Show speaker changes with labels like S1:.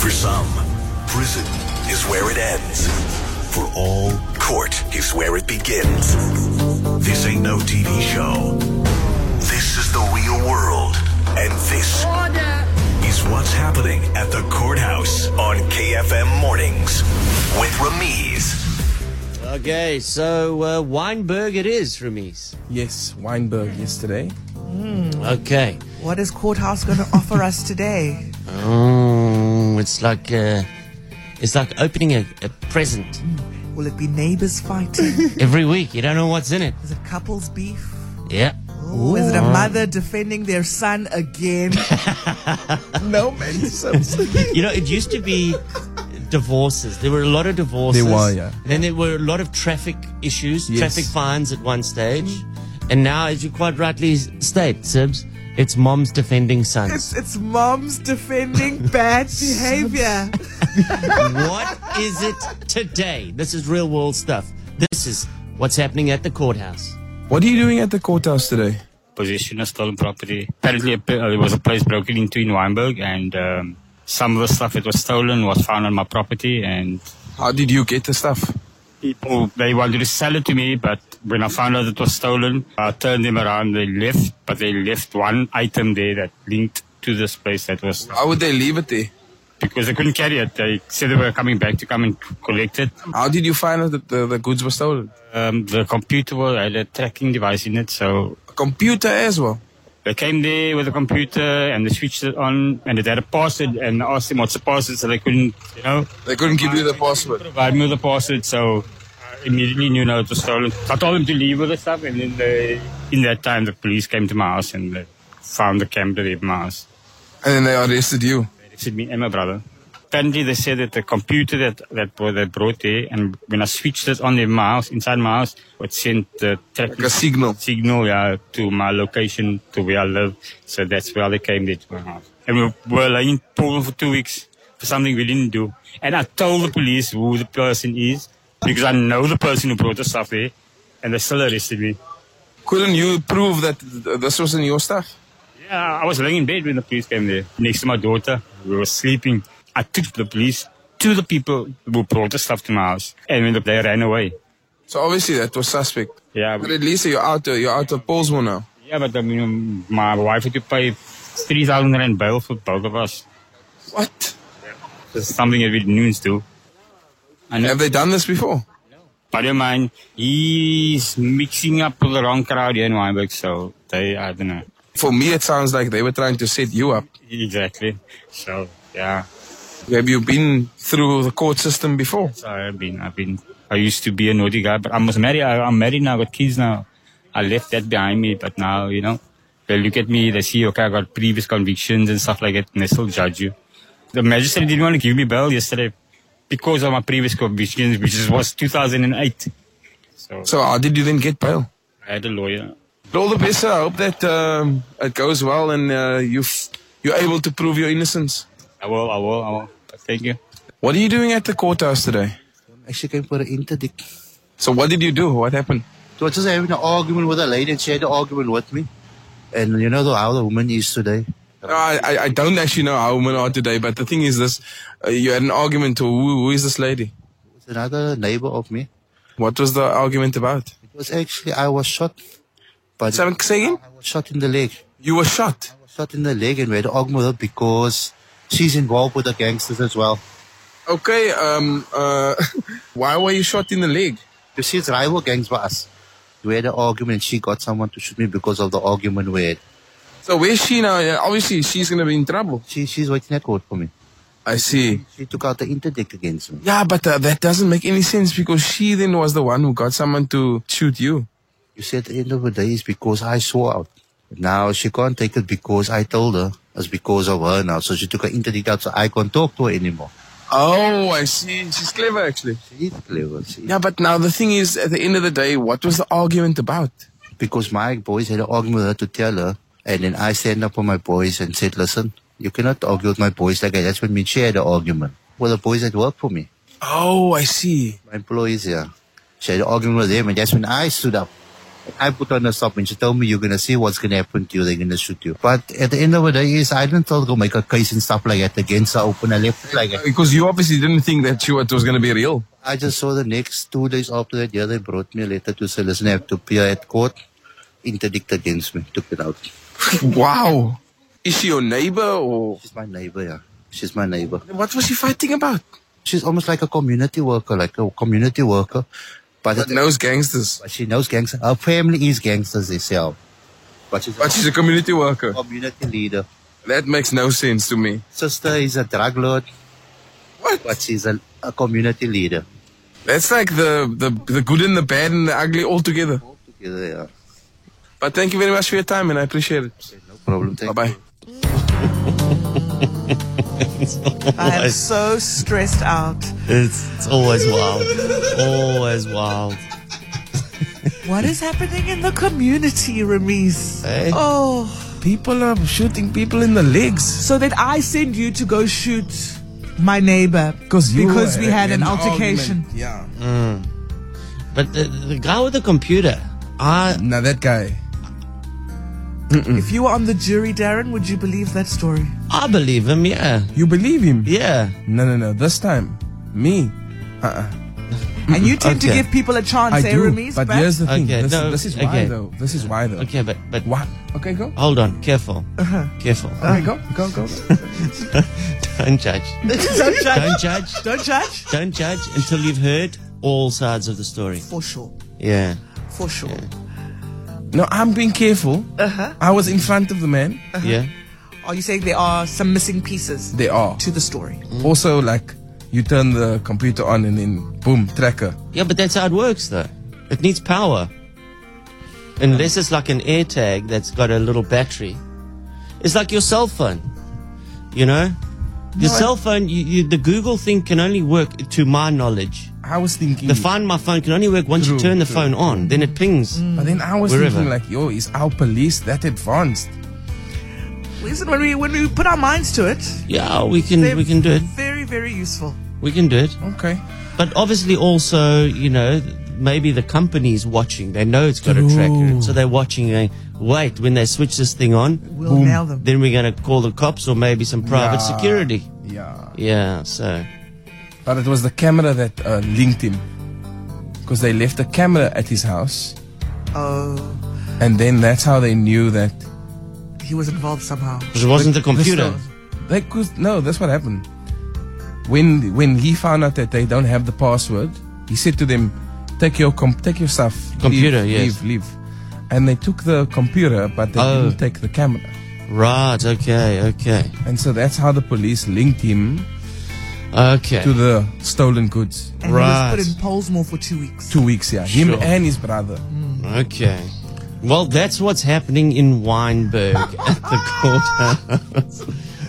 S1: For some, prison is where it ends. For all, court is where it begins. This ain't no TV show. This is the real world. And this is what's happening at the courthouse on KFM Mornings with Ramiz.
S2: Okay, so uh, Weinberg it is, Ramiz.
S3: Yes, Weinberg yesterday.
S2: Okay.
S4: What is Courthouse going to offer us today?
S2: Oh, it's like uh, it's like opening a, a present
S4: Will it be neighbors fighting?
S2: every week. You don't know what's in it.
S4: is it couples beef?
S2: Yeah.
S4: Ooh, is it a mother defending their son again?
S3: No manuscripts.
S2: You know, it used to be divorces. There were a lot of divorces.
S3: There were, yeah.
S2: Then there were a lot of traffic issues,
S3: Yes.
S2: traffic fines at one stage, and now, as you quite rightly state, Sibs, it's moms defending sons.
S4: it's, it's moms defending bad behavior.
S2: What is it today? This is real world stuff. This is what's happening at the courthouse.
S3: what are you doing at the courthouse today?
S5: possession of stolen property. Apparently, a pe- uh, there was a place broken into in Weinberg, and um, some of the stuff that was stolen was found on my property. And
S3: How did you get the stuff?
S5: people they wanted to sell it to me, but when I found out it was stolen, I turned them around. They left, but they left one item there that linked to this place that was
S3: How would they leave it there?
S5: because they couldn't carry it. They said they were coming back to come and collect it.
S3: How did you find out that the, the goods were stolen?
S5: Um, the computer was, had a tracking device in it, so
S3: A computer as well.
S5: They came there with a computer and they switched it on and it had a password and I asked them what's the password so they couldn't, you know,
S3: They couldn't give you the password.
S5: provide me with the password so I immediately knew now it was stolen. I told them to leave with the stuff and then they, in that time the police came to my house and they found the camera in my house.
S3: And then they arrested you.
S5: They arrested me and my brother. Apparently they said that the computer that, that was- they brought there and when I switched it on in my house, inside my house, it sent the tracking
S3: Like a signal.
S5: signal yeah, to my location, to where I live. So that's where they came there to my house. And we were laying in prison for two weeks for something we didn't do. And I told the police who the person is because I know the person who brought the stuff there and they still arrested me.
S3: Couldn't you prove that th- this wasn't your stuff?
S5: Yeah, Uh, I was laying in bed when the police came there next to my daughter. We were sleeping. I took the police to the people who brought the stuff to my house and when they ran away.
S3: So obviously that was suspect.
S5: Yeah,
S3: But at least you're out of you're out of Polesville now.
S5: yeah, but I mean, my wife had to pay 3,000 rand bail for both of us.
S3: What?
S5: This is something that we nuns do. And a
S3: Have they done this before?
S5: buddy of mine, he's mixing up with the wrong crowd here in Weinberg, so they, I don't know.
S3: For me, it sounds like they were trying to set you up.
S5: Exactly. So, yeah.
S3: Have you been through the court system before?
S5: So I've been, I've been, I used to be a naughty guy, but I was married. I, I'm married now, got kids now. I left that behind me, but now, you know, they look at me, they see, okay, I got previous convictions and stuff like that, and they still judge you. The magistrate didn't want to give me bail yesterday because of my previous convictions, which is- was 2008. So,
S3: So how did you then get bail?
S5: I had a lawyer.
S3: All the best, sir. I hope that um, it goes well and uh, you f- you're able to prove your innocence.
S5: I will, I will, I will. Thank you.
S3: What are you doing at the courthouse today?
S6: actually came for an interdict.
S3: So what did you do? What happened?
S6: It was just having an argument with a lady, and she had an argument with me. And you know the, how the woman is today.
S3: No, I, I, I don't actually know how women are today, but the thing is this, uh, you had an argument to who, who is this lady?
S6: It's another neighbor of me.
S3: What was the argument about?
S6: It was actually I was shot, but
S3: Seven, say again?
S6: I was shot in the leg.
S3: You were shot.
S6: I was shot in the leg, and we had an argument with her because she's involved with the gangsters as well.
S3: Okay, um, uh, why were you shot in the leg?
S6: You see, it's rival gangs for us. We had an argument, and she got someone to shoot me because of the argument we had.
S3: So where's she now? Yeah, Obviously, she's going to be in trouble.
S6: She, she's waiting at court for me.
S3: I see.
S6: She took out the interdict against me.
S3: Yeah, but uh, that doesn't make any sense because she then was the one who got someone to shoot you.
S6: You see, at the end of the day, it's because I swore out. Now she can't take it because I told her. It's because of her now. So she took her interdict out, so I can't talk to her anymore.
S3: Oh, I see. She's clever, actually.
S6: She's clever. She,
S3: Yeah, but now the thing is, at the end of the day, what was the argument about?
S6: Because my boys had an argument with her to tell her. And then I stand up for my boys and said, listen, you cannot argue with my boys like that. That's when me and she had an argument. Well, the boys that work for me,
S3: Oh, I see.
S6: my employees, yeah. She had an argument with them, and that's when I stood up. I put on a stop and she told me you're gonna see what's gonna happen to you, they're gonna shoot you. But at the end of the day is I didn't "Oh tell her to go make a case and stuff like that against her open I left like that.
S3: Because you obviously didn't think that she was going to be real.
S6: I just saw the next two days after that, yeah, they brought me a letter to say, listen, I have to appear at court, interdict against me, took it out.
S3: Wow. Is she your neighbor or
S6: She's my neighbor, yeah. She's my neighbor.
S3: what was she fighting about?
S6: She's almost like a community worker, like a community worker. But,
S3: That
S6: it-
S3: knows gangsters.
S6: but she knows gangsters. Her family is gangsters themselves. But she's,
S3: But she's a community worker.
S6: a community leader.
S3: That makes no sense to me.
S6: Sister is a drug lord,
S3: What?
S6: but she's a, a community leader.
S3: That's like the, the, the good and the bad and the ugly all together.
S6: Together, yeah.
S3: But thank you very much for your time and I appreciate it.
S6: No problem. Thank
S3: Bye bye.
S4: I am so stressed out.
S2: It's, it's always wild. Always wild.
S4: What is happening in the community, Ramiz?
S7: Eh?
S2: Hey.
S4: Oh,
S3: People are shooting people in the legs.
S4: so that I send you to go shoot my neighbor
S7: Because you
S4: because we
S7: were
S4: had an,
S3: An
S4: altercation.
S7: argument, Yeah.
S2: But the, the guy with the computer, I
S7: Now that guy. Mm.
S4: If you were on the jury, Darren, would you believe that story?
S2: I believe him. Yeah,
S7: You believe him?
S2: yeah.
S7: No, no, no. This time, me. Uh-uh.
S4: And you tend to
S2: Okay.
S4: give people a chance,
S7: I
S4: eh,
S7: do.
S4: Ramiz?
S7: but here's the thing.
S2: Okay,
S7: this,
S2: no,
S7: this is why,
S2: okay.
S7: though. This is why, though.
S2: Okay, but but
S7: Why? Okay, go.
S2: hold on. Careful. Careful.
S7: Okay, go. Go, go. go.
S2: Don't judge.
S4: don't judge.
S2: Don't judge.
S4: Don't judge.
S2: Don't judge until you've heard all sides of the story.
S4: For sure.
S2: Yeah.
S4: For sure.
S7: no, I'm being careful. Uh-huh. I was in front of the man.
S2: Yeah.
S4: Are you saying there are some missing pieces
S7: They are.
S4: to the story?
S7: Also, like, you turn the computer on and then, boom, tracker.
S2: Yeah, but that's how it works, though. It needs power. Unless it's like an air tag that's got a little battery. It's like your cell phone. You know? Your cell phone, you, you, the Google thing can only work, to my knowledge.
S7: I was thinking.
S3: Hmm.
S2: The Find My Phone can only work once you
S7: True,
S2: turn the
S7: true.
S2: phone on, then it pings.
S3: Hmm.
S7: But then I was
S2: Wherever.
S7: thinking, like, yo, is our police that advanced?
S4: Listen, when we when we put our minds to it,
S2: Yeah, we can,
S4: they're
S2: we can do it.
S4: Very very useful.
S2: We can do it.
S7: Okay.
S2: But obviously, also, you know, maybe the company's watching. They know it's got a tracker. So they're watching, going, wait, when they switch this thing on,
S4: We'll nail them.
S2: then we're going to call the cops or maybe some private
S7: Yeah.
S2: security.
S7: Yeah.
S2: Yeah, so.
S7: But it was the camera that uh, linked him. Because they left a camera at his house.
S4: Oh,
S7: And then that's how they knew that.
S4: he was involved somehow.
S2: Because it wasn't the computer.
S7: They could, no, that's what happened. When when he found out that they don't have the password, he said to them, "Take your com- take your stuff.
S2: Computer,
S7: leave,
S2: yes.
S7: leave, leave." And they took the computer, but they
S2: Oh.
S7: didn't take the camera.
S2: Right, okay, okay.
S7: And so that's how the police linked him
S2: Okay.
S7: to the stolen goods.
S4: And
S2: Right.
S4: he was put in Polesmore for two weeks.
S7: Two weeks, yeah, him
S2: Sure.
S7: and his brother.
S2: Okay. Well, that's what's happening in Weinberg at the courthouse.